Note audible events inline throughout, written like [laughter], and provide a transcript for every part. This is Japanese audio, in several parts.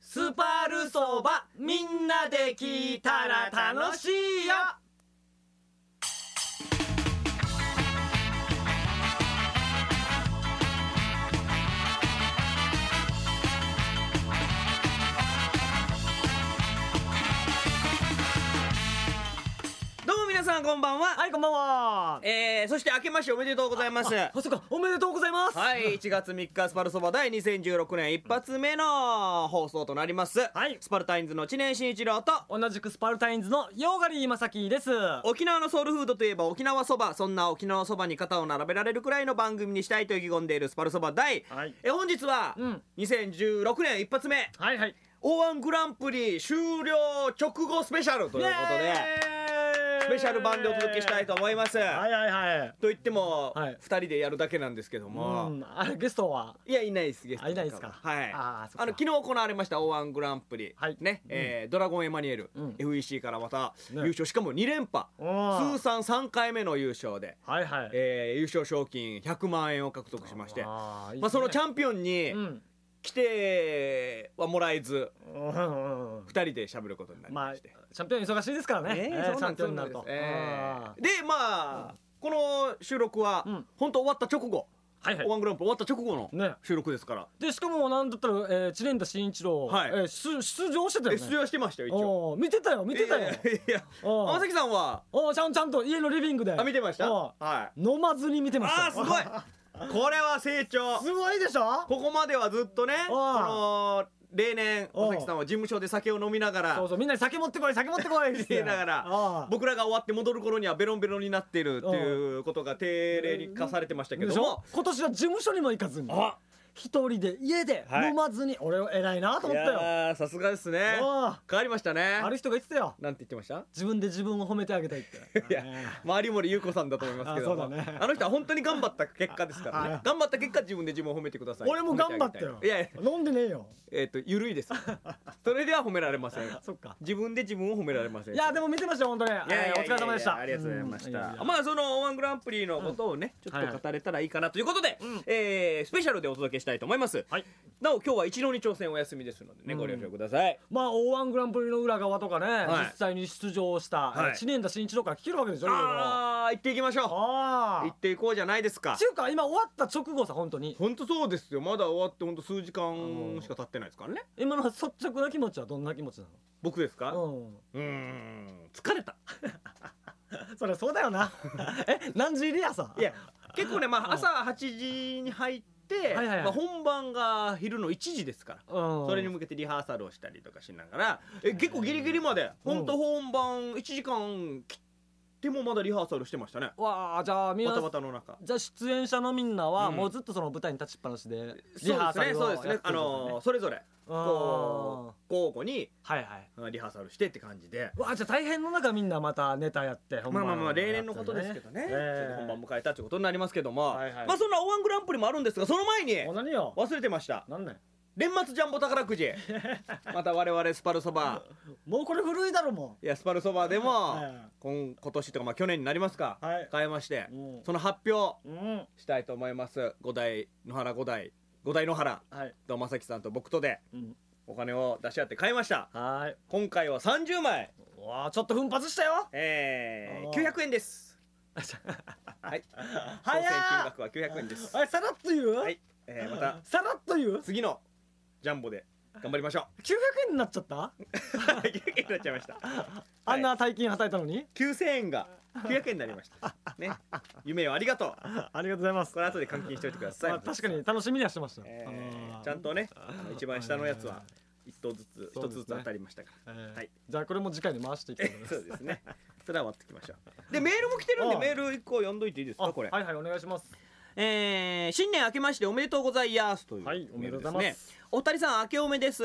スパルそばみんなで聞いたら楽しいよどうも皆さんこんばんは、はいこんばんはえー、そして明けましておめでとうございますあそっかおめでとうございます [laughs] はい1月3日スパルそば第2016年一発目の放送となります、はいスパルタインズの知念慎一郎と同じくスパルタインズのヨーガリーまさきです沖縄のソウルフードといえば沖縄そばそんな沖縄そばに肩を並べられるくらいの番組にしたいと意気込んでいるスパルそば第、はいえ本日はうん2016年一発目はいはい O1 グランプリ終了直後スペシャルとということでスペシャル版でお届けしたいと思います、はいはいはいと言っても、はい2人でやるだけなんですけどうも、んあれゲストはいやいないですゲストあいないですかはいあーそっかの昨日行われました O1 グランプリ、はいね、えードラゴンエマニュエル、うん FEC からまたね優勝、しかも2連覇おー通算3回目の優勝で、はいはいえー優勝賞金100万円を獲得しましてあーいいですねまあ、そのチャンピオンにうん来てはもらえずうんうんうん2人で喋ることになりまあましチて、ャンピオン忙しいですからねねええーそうチャなンんピですオンになるとそうなんあですえーでまあこの収録は、うん本当終わった直後ーはいはいワングランプリ終わった直後のね収録ですから、でしかもなんだったら、えー、知念田真一郎、はいえー出出場してたよえね出場してましたよ一応おー見てたよ見てたよいやいやいやおー天崎さんはおーちゃんちゃんと家のリビングであ見てましたおはーいあ飲まずに見てましたーすごい [laughs] これは成長すごいでしょここまではずっとねこの例年おう天崎さんは事務所で酒を飲みながそうらそうみんなに酒持ってこい酒持ってこいって言いながらあー僕らが終わって戻る頃にはベロンベロンになっているっていうことが定例に課されてましたけでどしょも今年は事務所にも行かずにあ一人で家ではい飲まずに、俺は偉いなとい思ったよやーさすがですねおー変わりましたねある人が言ってたよなんて言ってました自分で自分を褒めてあげたいっていやえー有森裕子さんだと思いますけどもあそうだねあの人は本当に頑張った結果ですからね頑張った結果自分で自分を褒めてください俺も頑張ったよいやいや飲んでねえよえっ、と、ゆるいです。それでは褒められません。そっか自分で自分を褒められません。いやでも見てましたよ本当にいやいやいやいやえーお疲れ様でしたありがとうございましんやた。ややまあ、その、ワングランプリのことをね、んちょっと語れたらいいかなということで、んえースペシャルでお届けしたいと思います。はいなお、今日は一郎に挑戦お休みですのでね、うんご了承ください。まあ O1 グランプリの裏側とかね、はい実際に出場した、はいえー知念田真一郎から聞けるわけでしょいろいろああー、行っていきましょう。あ行っていこうじゃないですかて。いうか今終わった直後さ本当にほんとそうですよ。まだ終わってほんと数時間しか経ってないですからね。今の率直な気持ちはどんな気持ちな僕ですかのうーん、疲れた。うんそりゃそうだよ [laughs] なえ何時入りやさいや結構ねまあ朝8時に入っはて、いはいはいまあ、本番が昼の1時ですから。うんそれに向けてリハーサルをしたりとかしながらえ結構ギリギリまでうん本当本番1時間切ってもまだリハーサルしてましたねわあじゃあみんバなタバタの中じゃあ出演者のみんなはうんもうずっとその舞台に立ちっぱなしでリそうハーサですねルそうをでやってるすねとかあのーそれぞれこう交互にあーはいはいあリハーサルしてって感じでわあじゃあ大変の中みんなまたネタやって本まあ番まあまやあって例年のことですけどね、えちょっとえ本番迎えたってことになりますけども、はいはいまあそんな O1 グランプリもあるんですがその前にお何よ忘れてましたなんね年末ジャンボ宝 [laughs] くじまた我々スパルそばもうこれ古いだろもいやスパルそばでもはい今今年とかまあ去年になりますか、はい変えましてうんその発表ううんしたいと思います五代野原五代五代野原はいと正樹さんと僕とでうんお金を出し合って買いましたはい今回は30枚うわあちょっと奮発したよえー、あー900円です [laughs] はい当早選っ金額は900円ですあれさらっと言う、はい、えー、またさらっと言う次のジャンボで頑張りましょ900円になっちゃったう [laughs] 900円になっちゃいましたあんな大金はたいたのに9000円が900円になりましたね夢をありがとうありがとうございますこの後で換金しておいてください、まあ、確かに楽しみにはしてました、えあーのーちゃんとねあの一番下のやつはえ一頭ずつそうで一すつねずつ当たりましたかえーはいじゃあこれも次回に回していきらたいと思います [laughs] そうですねそれは終わってきましょうでメールも来てるんあであメール一個読んどいていいですかあこれはいはいお願いしますえー新年明けましておめでとうございますというはいおめでとうございますメールでねお二人さん明けおめです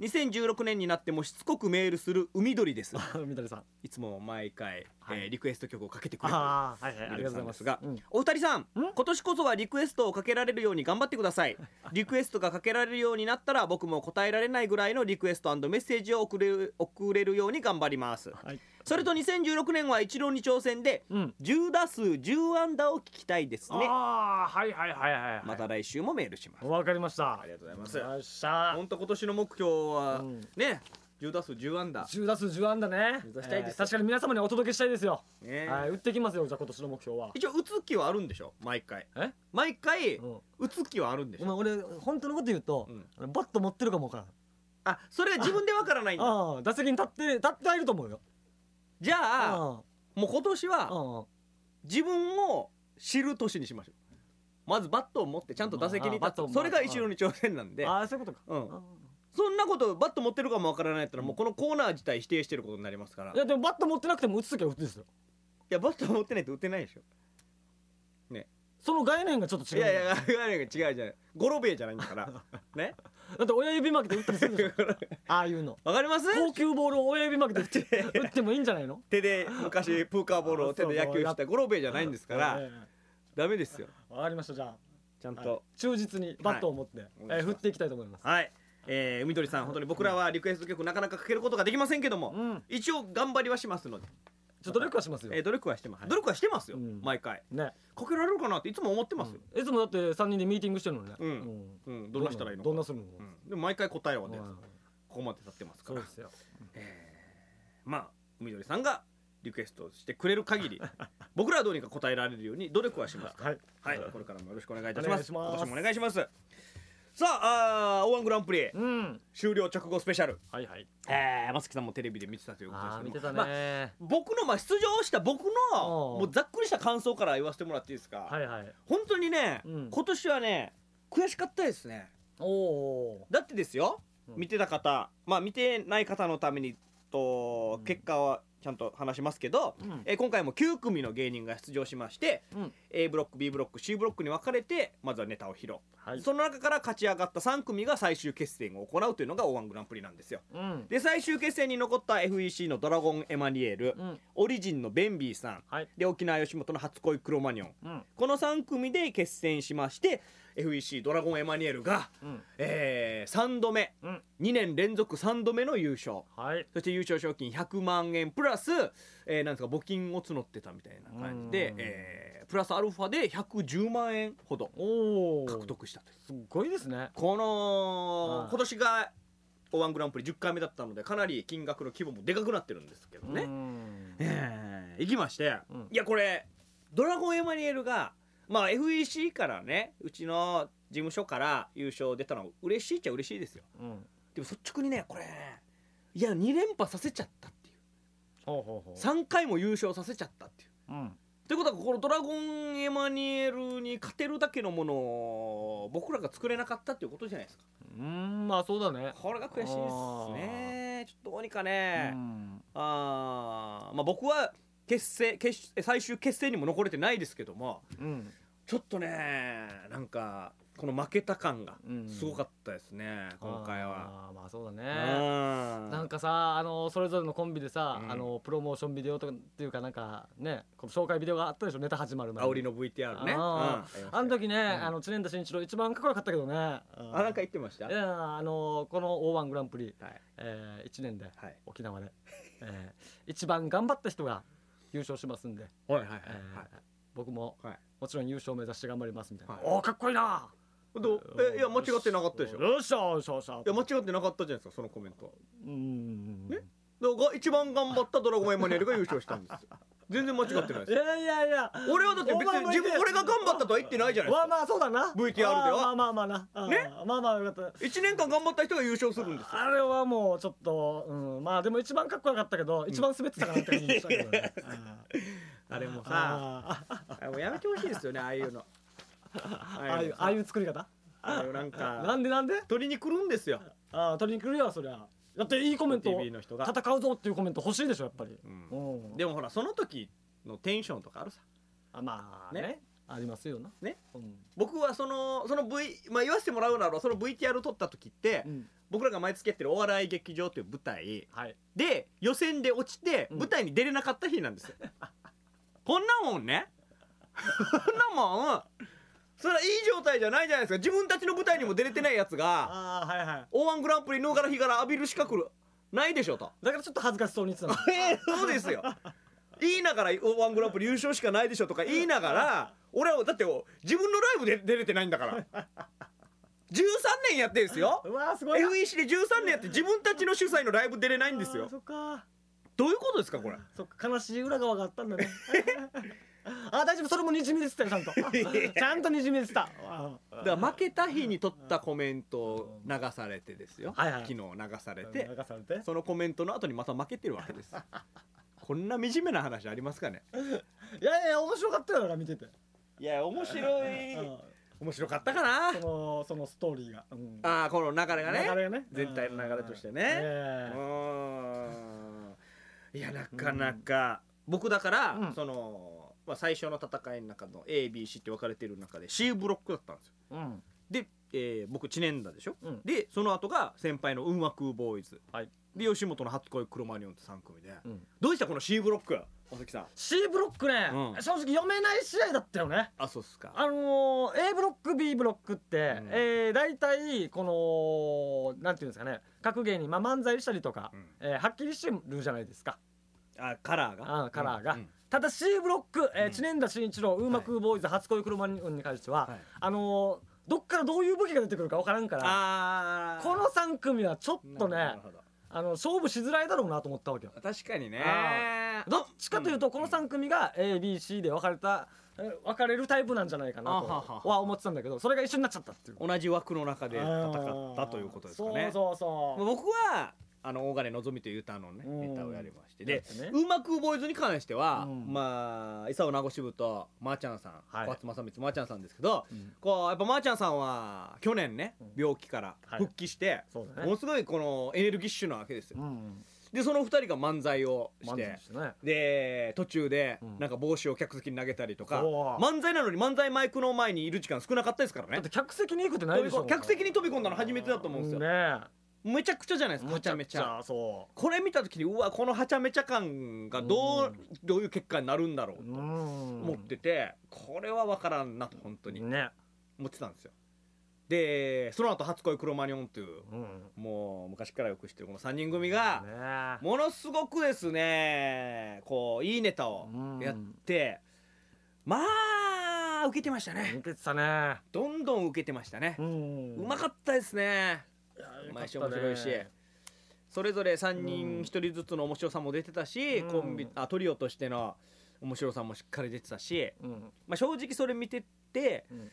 2016年になってもしつこくメールする海鳥です三谷さんいつも毎回はいえーリクエスト曲をかけてくれるああはいはいあありりががとうございとうございまますすがうんお二人さん今年こそはリクエストをかけられるように頑張ってくだ [laughs] さいリクエストがかけられるようになったら [laughs] 僕も答えられないぐらいのリクエストメッセージを送れ送れるように頑張りますはいそれと2016年はイチローに挑戦でうん10打数10安打を聞きたいですねああはいはいはいはいはいまた来週もメールしますわかりましたありがとうございまわすかりました本当今年の目標は、うんね10打数10安打、 10打数10安打ね目指したいでえすよー確かに皆様にお届けしたいですよ、ねはい打ってきますよじゃあ今年の目標は一応打つ気はあるんでしょ毎回え毎回うん打つ気はあるんでしごょ、めん俺本当のこと言うと、うんあのバット持ってるかもわからんあそれは自分でわからないんだああ打席に立って立ってはいると思うよじゃああもう今年あはあ自分を知る年にしましょうまずバットを持ってちゃんと打席にまあバッ立トをつ持それが一郎に挑戦なんであああそういうことかうあんあそんなことバット持ってるかもわからないやったらもうこのコーナー自体否定してることになりますからいいやでもバット持ってなくても打つときは打つですよやバット持ってないと打てないでしょその概念がちょっとい違うやいや違うじゃないゴロベーじゃないん [laughs] だからねだって親指負けて打ったりするでしょああいうのわかります高級ボールを親指負けて打 [laughs] って打ってもいいんじゃないの手で昔プーカーボールを手で野球したゴロベーじゃないんですかえらダメですよえわかりましたじゃあちゃんはいと忠実にバットを持って、おえ願いしまーす振っていきたいと思いますはい、えー海鳥さん本当に僕らはリクエスト曲なかなかかけることができませんけども、うん一応頑張りはしますので、ちょっと努力はしますよ、えー努力はしてます、努力はしてますよ、うん毎回ねかけられるかなっていつも思ってますよ、いつもだって3人でミーティングしてるのにねうんうんうんどんなしたらいいのかどんなするの、うんでも毎回答えは出ず、うんここまで立ってますかそうらですよまあ海鳥さんがリクエストしてくれる限 [laughs] り僕らはどうにか答えられるように努力はしますからはいはい、これからもよろしくお願いいたしますお願いします今年もお願いしますさああー O1 グランプリうん終了直後スペシャルはいはいえー、松木さんもテレビで見てたということですあーけども見てたね、まあ僕のまあ出場した僕のうんもうざっくりした感想から言わせてもらっていいですか、はいはい本当にね、うん今年はね悔しかったですねおおだってですよ、うん見てた方まあ見てない方のためにとうん結果はちゃんと話しますけど、うんえー今回も9組の芸人が出場しまして、うん A ブロック B ブロック C ブロックに分かれてまずはネタを披露、はいその中から勝ち上がった3組が最終決戦を行うというのが O1 グランプリなんですようんで最終決戦に残った FEC のドラゴンエマニュエル、うんオリジンのベンビーさんはいで沖縄吉本の初恋クロマニョンうんこの3組で決戦しまして FEC ドラゴンエマニュエルが、うんえー、3度目うん2年連続3度目の優勝はいそして優勝賞金100万円プラス、えーなんですか募金を募ってたみたいな感じうでん、えープラスアルファで110万円ほどおお獲得したというすごいですねこのはい今年が O1 グランプリ10回目だったのでかなり金額の規模もでかくなってるんですけどね、うんえー行きまして、うんいやこれドラゴンエマニュエルが、まあ、FEC からねうちの事務所から優勝出たのは嬉しいっちゃ嬉しいですようんでも率直にねこれいや2連覇させちゃったっていうほうほうほう3回も優勝させちゃったっていううんということはこのドラゴンエマニュエルに勝てるだけのものを僕らが作れなかったっていうことじゃないですかうんまあそうだねこれが悔しいですねちょっとどうにかね、うんあーまあ僕は結成決最終決戦にも残れてないですけどもうんちょっとねなんかこの負けた感がうんすごかったですね、今回は。あーまあそうだうねんなんかさあのそれぞれのコンビでさ、うんあのプロモーションビデオとかっていうかなんかねこの紹介ビデオがあったでしょネタ始まる前に煽りの VTR ね。あーあの時ね、んあの知念田真一郎一番かっこよかったけどねああなんか言ってましたい。やあのこの O1 グランプリ、はいえー、1年ではい沖縄で、えー、一番頑張った人が優勝しますんで、はいはいはいえー僕もはい。もちろん優勝目指して頑張りますみたいな、はいおおかっこいいなどうえいや間違ってなかったでしょ。いよっしゃよっしゃよっしゃや間違ってなかったじゃないですかそのコメントは。うんだから一番頑張ったドラゴンエマニュエルが優勝したんです [laughs] よ。全然間違ってないいです。やいやいや俺はだって別に自分俺が頑張ったとは言ってないじゃないですまあか。まあそうだな VTR ではまあまあまあまあなねうんまあまあよかった1年間頑張った人が優勝するんですよあれはもうちょっと、うん、まあでも一番かっこよかったけど一番滑ってたかなって感じでしたけどねあれもああああもうやめてほしいですよねああいうのあ [laughs] ああいうああいう作り方ああいう [laughs] なんなかんでなんで取りに来るんですよああ取りに来るよそりゃだっていいコメント TV の人が戦うぞっていうコメント欲しいでしょやっぱり、んうんでもほらその時のテンションとかあるさあまあねねありますよなねうん僕はそのその V まあ言わせてもらうならその VTR 撮った時って、うん僕らが毎月やってるお笑い劇場という舞台はいで予選で落ちてうん舞台に出れなかった日なんですよ、 [laughs] こんなもんねこんなもんそれはいい状態じゃないじゃないですか自分たちの舞台にも出れてないやつがああはいはい O1 グランプリのから日から浴びる資格ないでしょと。だからちょっと恥ずかしそうに言ってたのえーそうですよ。言いながら「ワングランプリ優勝しかないでしょ」とか言いながら俺はだって自分のライブで出れてないんだから13年やってるんです [laughs] ようわーすごいな FEC で13年やって自分たちの主催のライブ出れないんですあよーそっかどういうことですかこれそっか悲しい裏側があったん [laughs] だねあー大丈夫それもにじみ出てたよちゃんと [laughs] ちゃんとにじみ出てたあーだから負けた日に撮ったコメントを流されてですよ、はいはい昨日流されて流されてそのコメントの後にまた負けてるわけですこんな惨めな話ありますかねいやいや面白かったよな見てていや面白うん面白かったかなそのそのストーリーがうんああこの流れがね流れがね全体の流れとしてねうんええうーんいやなかなか、僕だから、うんその、まあ、最初の戦いの中の ABC って分かれてる中で C ブロックだったんですようんで、えー僕知念だでしょうんでその後が先輩の雲和空ボーイズ、はいで吉本の初恋クロマニオンって3組で、うんどうでしたこの C ブロック尾崎さん C ブロックね、うん正直読めない試合だったよねあそうっすかあのー A ブロック B ブロックって、うんえー大体このなんていうんですかね格芸人、まあ、漫才したりとか、うんえーはっきりしてるじゃないですかあカラーがあカラーがうんただ C ブロック、えうーん知念田真一郎ウーマクーボーイズ初恋車にに関しては、はいあのーどっからどういう武器が出てくるか分からんからあーこの3組はちょっとなるねほどなるあの勝負しづらいだろうなと思ったわけよほど確かにねあどっちかというとこのさん3組が ABC で分かれたえー分かれるタイプなんじゃないかなあははとは思ってたんだけどそれが一緒になっちゃったっていう同じ枠の中で戦ったということですかね。そうそうそう僕はあの大金のぞみという歌のねうんネタをやりましてでやつねうまくボーイズに関しては、うんまあ功名護支部とまーちゃんさんはい小松正光まーちゃんさんですけど、うんこうやっぱまーちゃんさんは去年ねうん病気からはい復帰して、そうだもねのすごいこのエネルギッシュなわけですよ。うんでその二人が漫才をし満て足してねで途中でうんなんか帽子を客席に投げたりとか、おー漫才なのに漫才マイクの前にいる時間少なかったですからだっねて。客席に行くってないでしょ客席に飛び込んだの初めてだと思うんですよ、ねめちゃくちゃじゃないですえかはちゃめちゃそこれ見た時にうわこのはちゃめちゃ感がどうう,、どういう結果になるんだろうううとん思ってて、これは分からんなと本当にね思ってたんですよでその後初恋クロマニオン」といううんもう昔からよく知ってるこの3人組がねえものすごくですねこういいネタをうんやって、まあ受けてましたね抜けてたねどんどん受けてましたねう、んうまかったですねいやよかったね毎週面白いしそれぞれ3う人ん1人ずつの面白さも出てたし、うんコンビあトリオとしての面白さもしっかり出てたし、うんまあ、正直それ見ててうん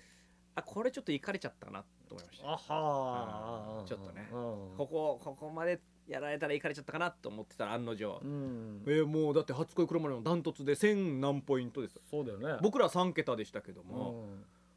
あこれちょっといかれちゃったなと思いましたあはうーんちょっとねうんここここまでやられたらいかれちゃったかなと思ってたら案の定、うんえーもうだって初恋黒丸のダントツで1000何ポイントですよそうだよね僕ら3桁でしたけども、も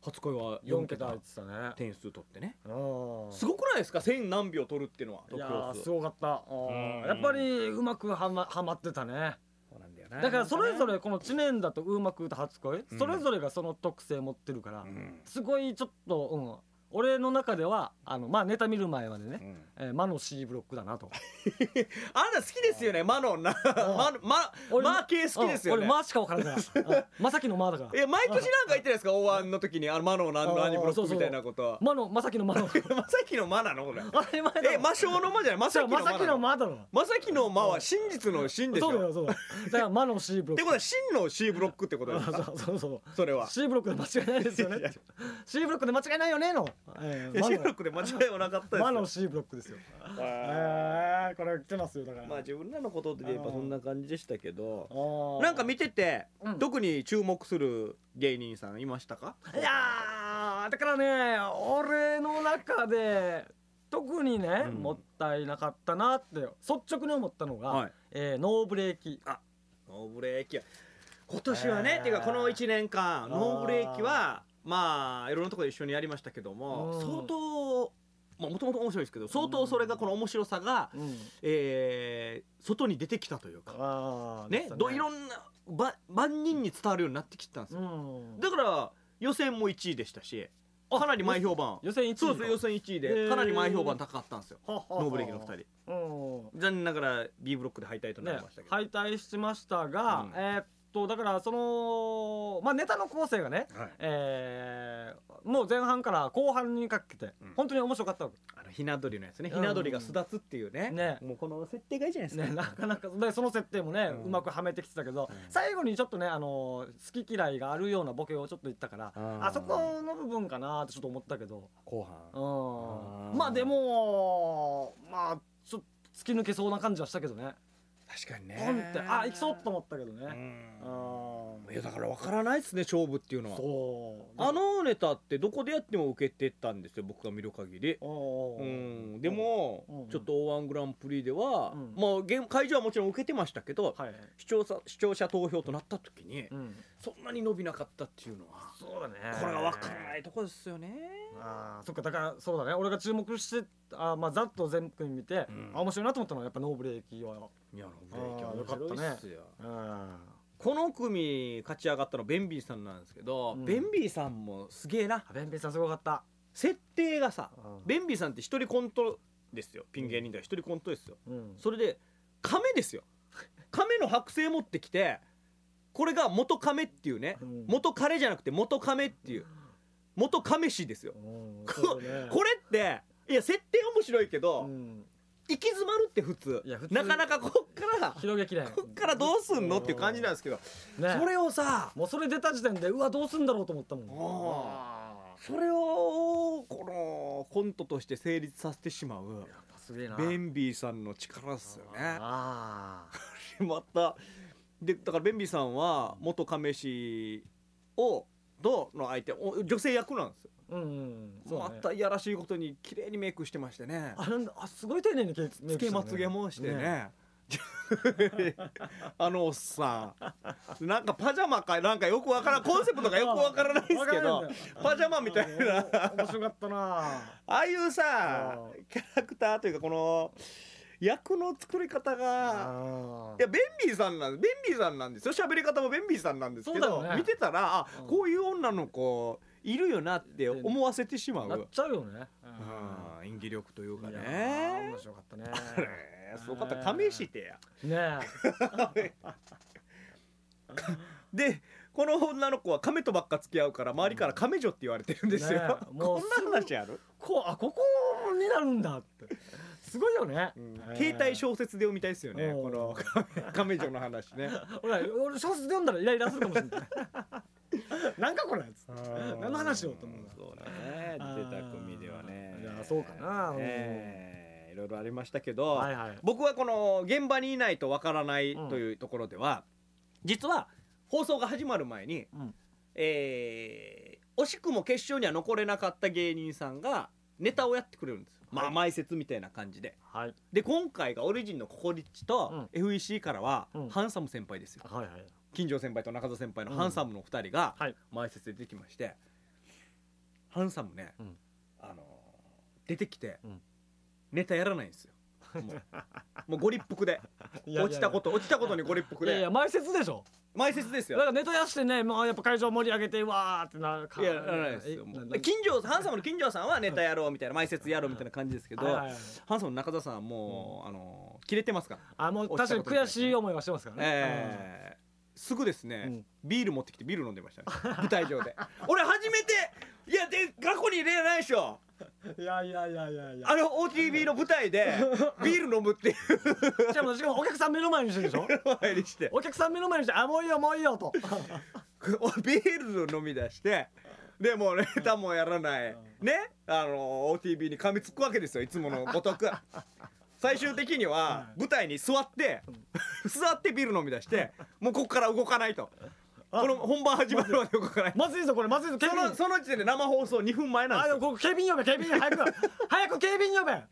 初恋は4 4桁入桁ってたね点数取ってねうんすごくないですか1000何秒取るっていうのは得いや票ー数すごかったあうんーやっぱりうまくはまはまってたねそうなんだよなだからそれぞれこの知念だとうまくと初恋うんそれぞれがその特性持ってるからうんすごいちょっとうん俺の中ではあのまあネタ見る前までうねんえー魔の C ブロックだ [laughs] なとあなた好きですよね、マノンな。 [laughs] マノ、マ、俺マー系好きですようねん。俺魔しか分から [laughs] ないからうんまさきの魔だからえ、毎年なんか言ってないですか、おわんの時に、あの、マノンなあんー何ブロそうックそうみたいなこと。魔のまさきの魔のま [laughs] さきのマなのこれ。あれ前だえ、魔性の魔じゃない、まさきまさきのの魔。魔だろまさきの魔は真実の真でしょ。そうだっよそうだよだから魔の C ブロックてことは、真の C ブロックってことですか、 [laughs] そうそうそうそれは。 C ブロックで間違いないですよねいや C ブロックで間違いないよねの、えーいや魔 C のブロックで間違いはなかったです魔のよ。 C ブロックですよあえー、これ来てますよだかーら、まあ、自分らのことで言えば、そんな感じでしたけど。あなんか見ててて、うん特に注目する芸人さんいましたか。いやーだからね俺の中で特にね、うんもったいなかったなって率直に思ったのが、はい。えーノーブレーキノーブレーキは今年はね、えーっていうかこの1年間ーノーブレーキはまあいろんなところで一緒にやりましたけども、うん相当まあもともと面白いですけど相当それがこの面白さが、うんえー外に出てきたというか、あーでねすよどいろんなば万人に伝わるようになってきてたんですよ、うんだから予選も1位でしたしかなり前評判予選1位そうです予選1位へでーかなり前評判高かったんですよ、ノノーブレーキの2人人うん残念ながら B ブロックで敗退となねりましたけ、ど、敗退しましたが、うんえーっとだからそのまあネタの構成がね、はいえーもう前半から後半にかけて、うん本当に面白かったわあのひな鳥のやつねうんひな鳥が巣立つっていうね,、ねもうこの設定がいいじゃないけ、ですか、ね、なかなかでその設定もね、ううんまくはめてきてたけど、うん最後にちょっとねあの好き嫌いがあるようなボケをちょっと言ったから、うんあそこの部分かなってちょっと思ったけど、後半ううんん、まあでもまあちょっと突き抜けそうな感じはしたけどね確かにねポンってあ行きそうと思ったけどね、うんうんいやだから分からないですね勝負っていうのはそうあのネタってどこでやっても受けてたんですよ僕が見る限りおーうんでも、うんうんちょっと O−1 グランプリでは、うんまあゲーム会場はもちろん受けてましたけど、はい、視聴者視聴者投票となった時に、うん、そんなに伸びなかったっていうのは、そうだねこれが分からないとこですよね、あーそっかだからそうだね俺が注目してあーまあざっと全組見て、うんあ面白いなと思ったのはやっぱノーブレーキは、いやブレーキはあー面白いっすようん、この組勝ち上がったのベンビーさんなんですけど、うんベンビーさんもすげえなあべんべんさんすごかった、設定がさうんベンビーさんって一人コントですよピン芸人だから一人コントですようん、それで亀ですよ亀の剥製持ってきてこれが元亀っていうね、うん元彼じゃなくて元亀っていう元亀氏ですよ、うんこそうだね [laughs] これっていや設定面白いけど、うん、行き詰まるって普通いや普通なかなかこっから広げきれんこっからどうすんのっていう感じなんですけど、ねそれをさもうそれ出た時点でうわどうすんだろうと思ったもんあそれをこのコントとして成立させてしまうやっぱすげえなベンビーさんの力っすよね。ああまたでだからベンビーさんは元亀氏をとの相手お女性役なんですよ、うんうんそうまだねたいやらしいことに綺麗にメイクしてましてねあなんだあすごい丁寧につつけまつげもしてね [laughs] あのおっさんなんかパジャマかなんかよくわからんコンセプトがよくわからないですけどパジャマみたいな面白かったなああいうさうキャラクターというかこの役の作り方があいやベンビーさんなんベンビーさんなんですよ喋り方もベンビーさんなんですけそど、うだよね見てたらあ、うんこういう女の子いるよなって思わせてしまなっう、ちゃうよねうん、演技力といううかんいねやー面白かったねあれすごかった亀してやねでこの女の子は亀とばっか付き合うから周りから亀女って言われてるんですよ、ね [laughs] えもこうんな話ある、こうあここになるんだってすごいよね携帯小説で読みたいですよねうんこの亀亀女の話ね俺俺小説読んだらイライラするかもしれ [laughs] ないなんかこれやつ何の話をと思うそうだね出た組ではねいやそうかなうんええいろいろありましたけど、はいはい僕はこの現場にいないとわからないというところでは、実は放送が始まる前に、うんえー惜しくも決勝には残れなかった芸人さんがネタをやってくれるんですよ、まあ前説みたいな感じではいで今回がオリジンのココリッチと FEC からは、うんハンサム先輩ですよはいはい金城先輩と中田先輩のハンサムの2人がはい前説で出てきまして、ハンサムね、うんあのー出てきて、うんネタやらないんですよも [laughs] うもうご立腹で落ちたことと落ちたことにご立腹いやいでや前説でしょ前説ですだかよらネタやしてねもうやっぱ会場盛り上げてうわーってなるかいややらないですよもう金城ハンサムの金城さんはネタやろうみたいな前説やろうみたいな感じですけど、はいはいはいハンサムの中田さんはもう、あのー切れてますから、あもう確かに悔しい思いはしてますからね、えーすぐですね、うんビール持ってきてビール飲んでましたね舞台上で俺初めていやで過去に例ないでしょうんいやいやいやいやいやあの OTB の舞台でビール飲むっていうしかもしかもお客さん目の前にしてるでしょ前にしてお客さん目の前にしてあもういいよもういいよとビールを飲み出してでもうネタもやらないねあの OTB に噛みつくわけですよいつものごとく最終的には舞台に座って座ってビール飲み出してもうここから動かないとこの本番始まるまで動かないまずいぞこれまずいぞ警そ備の員その時点で生放送2分前なんあですでよもここ警備員呼べ警備員早く早く警備員呼べ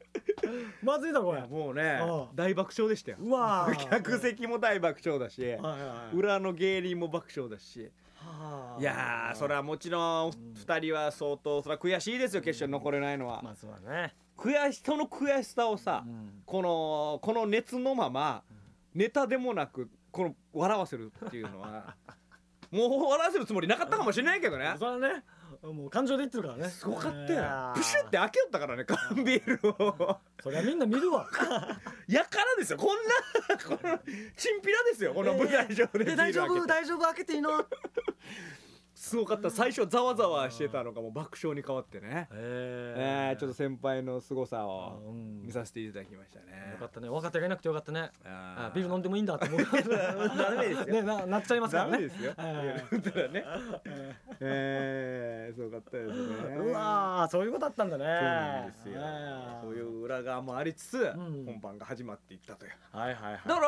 まずいぞこれもうねうん大爆笑でしたようわー客席も大爆笑だしはいはい裏の芸人も爆笑だしはいやーそれはもちろん2人は相当それは悔しいですよ決勝に残れないのはまあそうだね悔しその悔しさをさうんこのこの熱のままネタでもなくこの [laughs] 笑わせるっていうのはもう笑わせるつもりなかったかもしれないけどねそれはねもう感情で言ってるからねすごかったいよやープシュって開けよったからね缶ビールを [laughs] そりゃみんな見るわやからですよこんなこのチンピラですよこの舞台上でビールで大開け丈夫て大丈夫開けていいの [laughs] すごかった最初ざわざわしてたのがもう爆笑に変わってねええーちょっと先輩の凄さをうん見させていただきましたねよかったね若手がいなくてよかったねああビール飲んでもいいんだって [laughs] 思うダメですよねななっちゃいますかダらメねですよ。えだからね。ええ、すごかったですね。うわーそういうことだったんだねそうなんですよえー。そういう裏側もありつつ、ん本番が始まっていったという。はいはいはいだから、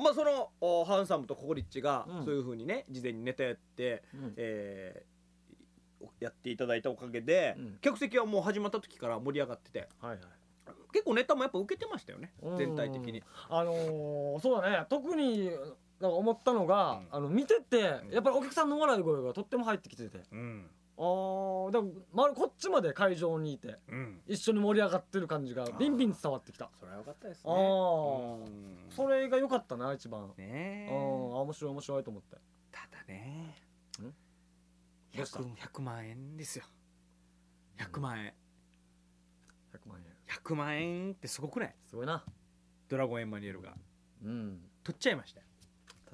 まあ、その、おハンサムとココリッチがう、んそういう風にね、事前にネタやって、うんえーやっていただいたおかげで、うん客席はもう始まった時から盛り上がっててはいはい結構ネタもやっぱ受けてましたよねうん全体的にあのーそうだね特になんか思ったのが、うんあの見ててんやっぱりお客さんの笑い声がとっても入ってきててうんあーでも、まるこっちまで会場にいてうん一緒に盛り上がってる感じがビンビン伝わってきたそれは良かったですあねーうんそれが良かったな一番あねえー面白い面白いと思ってただねんどうした 100, 100万円ですよ100万円100万円100万円ってすごくないすごいなドラゴンエンマニュエルがうん取っちゃいましたよ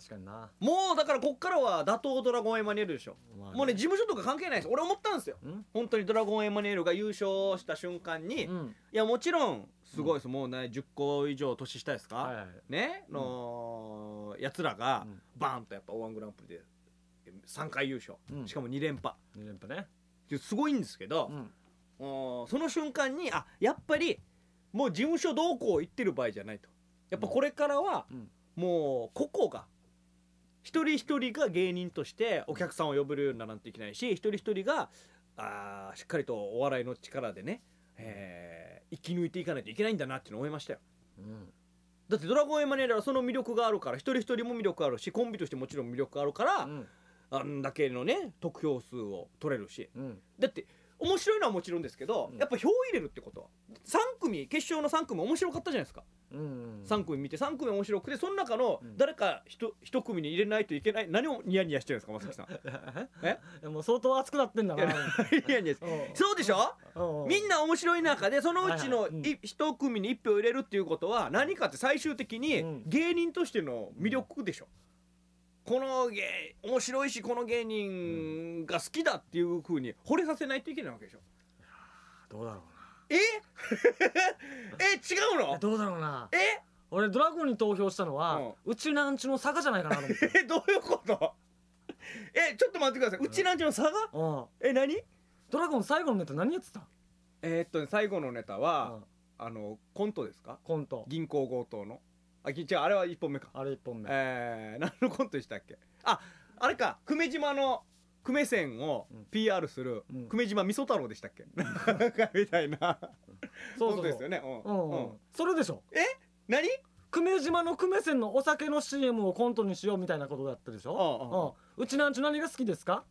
確かにな、もうだからこっからは打倒ドラゴンエンマニュエルでしょまあもうね事務所とか関係ないです俺思ったんですようん本当にドラゴンエンマニュエルが優勝した瞬間に、ういんやもちろんすごいです、もうね10個以上年下ですか、はいはいねの、やつらがうんバーンとやっぱ O−1 グランプリで3回優勝、うんしかも2連覇2連覇ねですごいんですけど、うんうんその瞬間にあやっぱりもう事務所どうこう言ってる場合じゃないとやっぱこれからはうんもう個々が一人一人が芸人としてお客さんを呼べるようにならないといけないし一人一人があーしっかりとお笑いの力でね、えー生き抜いていかないといけないんだなっていうのを思いましたようんだって「ドラゴンエンマニュエル」はその魅力があるから一人一人も魅力あるしコンビとしてもちろん魅力があるから、うんあんだけのね得票数を取れるしうんだって面白いのはもちろんですけど、うんやっぱ票を入れるってことは3組決勝の3組面白かったじゃないですか、うん3組 [laughs] 見て3組面白くてその中のうん誰か 1, 一組に入れないといけない何をニヤニヤしてるんですかまさきさん [laughs] えいやもう相当熱くなってんだいやなニヤニヤしてそうでしょみんなな面白い中でそのうちのはいはいうん1組に1票入れるっていうことは何かって最終的にうん芸人としての魅力でしょ、この芸面白いしこの芸人が好きだっていうふうに惚れさせないといけないわけでしょどうだろえ [laughs] えう違うなのどうだろうなえ [laughs] 俺ドラゴンに投票したのは、うちなんちの坂じゃないかなと思ってえどういうことえちょっと待ってくださいうちなんちの差がうんえ何ドラゴン最後のネタ何やってたえーっとね最後のネタうはんあのコントですかコント銀行強盗のあぎ違うあれは1本目かあれ一本目、えー、何 [laughs] のコントでしたっけああれか久米島の久米線をうん PR するうん久米島味噌太郎でしたっけ、なんかみたいな [laughs] そうコそントうですそよう、ねううん、んうんうんそれでしょ何久米島の久米線のお酒の CM をコントにしようみたいなことだったでしょ、うんうちなんち何が好きですか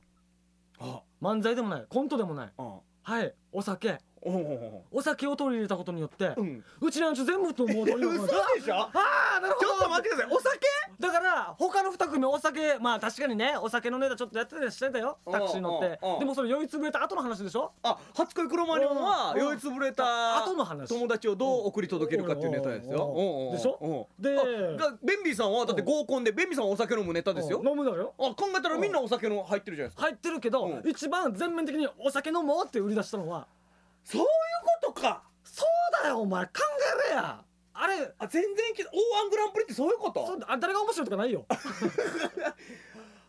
あ漫才でもないコントでもないうんはいお酒おお [laughs] お酒を取り入れたことによって、ううんちなんち全部と思うと嘘でしょああなるほちどょっと待ってくださいお酒だから他の2組お酒まあ確かにねお酒のネタちょっとやってたりしてたよタクシー乗ってうんうんうんでもそれ酔い潰れた後の話でしょあ初恋クロマニオンはうん酔いつぶれた後の話友達をどう送り届けるかっていうネタですようんうんうんうんでしょうんであだベンビーさんはだって合コンでベンビーさんはお酒飲むネタですようん飲むだよあ考えたらみんなお酒の入ってるじゃないですか入ってるけど、うん一番全面的にお酒飲もうって売り出したのはそういうことかそうだよお前考えれやあれあ全然けど O−1 グランプリってそういうこそうとあ誰が面白いとかないよ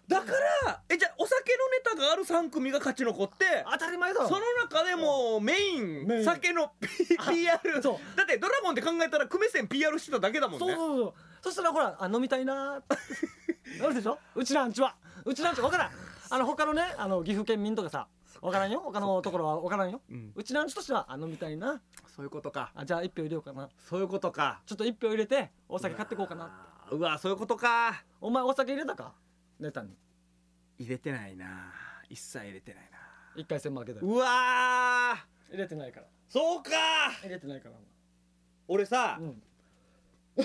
だからえじゃあお酒のネタがある3組が勝ち残って [laughs] 当たり前だろその中でもメインメイン酒の P- PR そうだってドラゴンって考えたら久米線 PR してただけだもんねそうそうそうそしたらほらあ飲みたい [laughs] なーなるでしょうちなんちはうちなんちわからんあの他のねあの岐阜県民とかさわからんよ他のところはわからんようんうちなんちとしてはあ飲みたいなそういうことかあじゃあ1票入れようかなそういうことかちょっと1票入れてお酒買ってこうかなあーうわそういうことかお前お酒入れたかネタに入れてないな一切入れてないな1回戦負けだようわー入れてないからそうか入れてないから俺さう、ん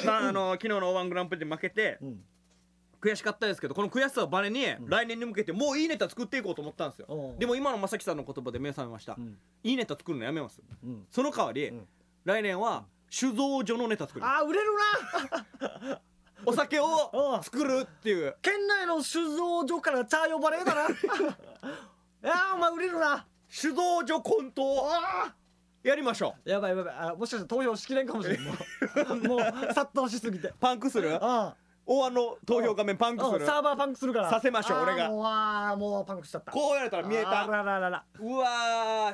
まああの昨日の O−1 グランプリで負けてうん悔しかったですけどこの悔しさをバネに、来年に向けてもういいネタ作っていこうと思ったんですよおうでも今の正樹さんの言葉で目覚めました、んいいネタ作るのやめますうんその代わり、ん来年は酒造所のネタ作るあー売れるな [laughs] お酒を作るっていう県内の酒造所から茶呼ばれるだな [laughs] いやーお前売れるな酒造所コントをやりましょやばいやばいあもしかしたら投票しきれんかもしれんもうもう殺到しすぎてうパンクするあ大安の投票画面パンクすうるんサーバーパンクするからさせましょうあー俺がもうあーもうパンクしちゃったこうやれたら見えたあららららうわ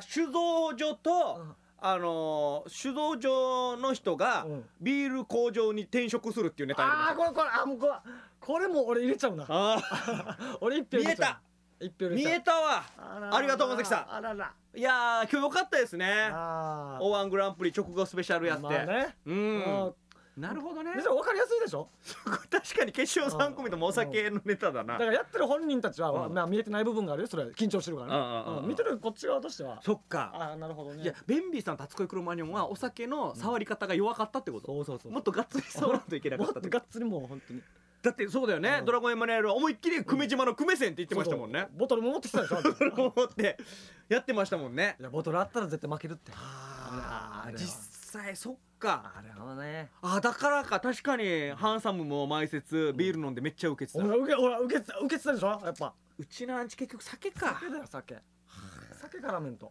ー酒造所と、うんあのー酒造所の人がうんビール工場に転職するっていうネタやりまあしあーょこれこれあもうこれこれも俺入れちゃうなあー俺一票入れちゃう一票入れ見ちゃうえたわららありがとう正樹さあららんいやー今日よかったですねあー O1 グランプリ直後スペシャルやって、まあねううんんなるほどね別に分かりやすいでしょ確かに決勝3組ともお酒のネタだだなからやってる本人たちは、うんまあ、見えてない部分があるよそれ緊張してるからねうんうんうんうん見てるこっち側としてはそっかああなるほどねいやベンビーさんと初恋クロマニョンはお酒の触り方が弱かったってことそうそうそうもっとがっつり触らんといけなかもっったっとてことがっつりもう本当にだってそうだよね、うんドラゴンエマニュエルは思いっきり久米島の久米線って言ってましたもそんうねそうボトルも持ってきたでしょあんた [laughs] 思ってやってましたもんねいやボトルあったら絶対負けるってあああれは実際そっかあれはねあーだからか確かにハンサムも毎節ビール飲んでめっちゃ受けてた、ほら受けほら受けてた受けてたでしょやっぱうちのアンチ結局酒か酒だよ酒酒からめんと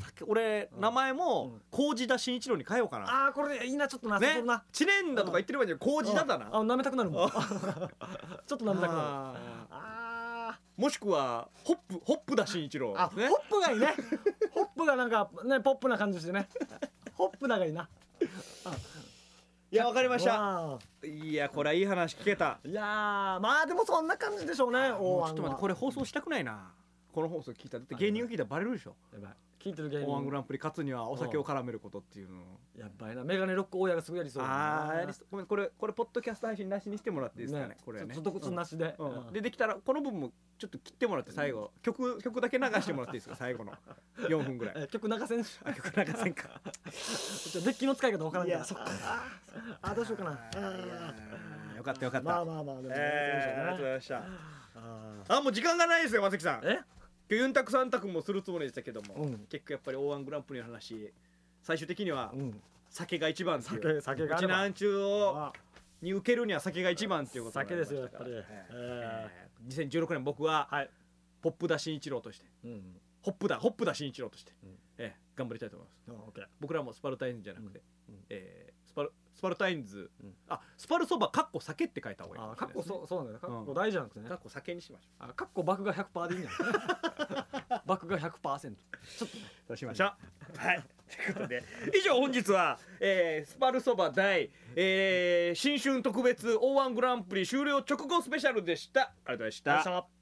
酒俺、名前うもん麹田新一郎に変えようかな、ああこれいいなちょっとなさねそうな知念だとか言ってればいいんだけど麹田だな、あ舐めたくなるもん [laughs] ちょっと舐めたくなるあーあもしくはホップホップだ新一郎ーあ、ねホップがいいねホップがなんかねポップな感じしてねホップだがいいないやわかりましたわあいやこれはいい話聞けたいやーまあでもそんな感じでしょうねもうおちょっと待ってこれ放送したくないなこの放送聞いたらだって芸人が聞いたらバレるでしょやばい聞いてる芸「O−1 グ人ランプリ」勝つにはお酒を絡めることっていうのをやばいなメガネロック大家がすぐやりそうだなあーやりそうごめんこれこれポッドキャスト配信なしにしてもらっていいですかねこれはねちょっとこっちなしで、うんうんでできたらこの部分もちょっと切ってもらって最後曲曲だけ流してもらっていいですか最後の4分ぐらいえ曲流せんしあ曲流せんかちょデッキの使い方わからんからいやそっかあーどうしようかなあーよかったよかっまあたまあまあでもえーありがとうございましたああもう時間がないですよ松木さんーえ今日ユンタクさんタクもするつもりでしたけども、うん結構やっぱり O−1 グランプリの話最終的にはうん酒が一番ってい酒う酒があうちれのば暗中をあに受けるには酒が一番っていうことにな酒りでましすよやたっかぱらりええー2016年僕は、ーはいポップ田新一郎としてうんホップだホップだ新一郎として、うんえー頑張りたいと思いますあオッケー僕らもスパルタインズじゃなくて、うんうんえースパルスパルタインズ、うんあスパルそばかっこ酒って書いた方がいいあもーかっこしれないですそうそうなんだよかっうこ大ん事じゃなくてねかっこ酒にしましょうあかっこ爆が100%でいいんじゃない [laughs] 爆が100%ちょっとねそうしましょう。 [laughs] はい。ということで、以上本日は、えースパルそば大、えー新春特別 O1 グランプリ終了直後スペシャルでした。ありがとうございましたよっし。ゃ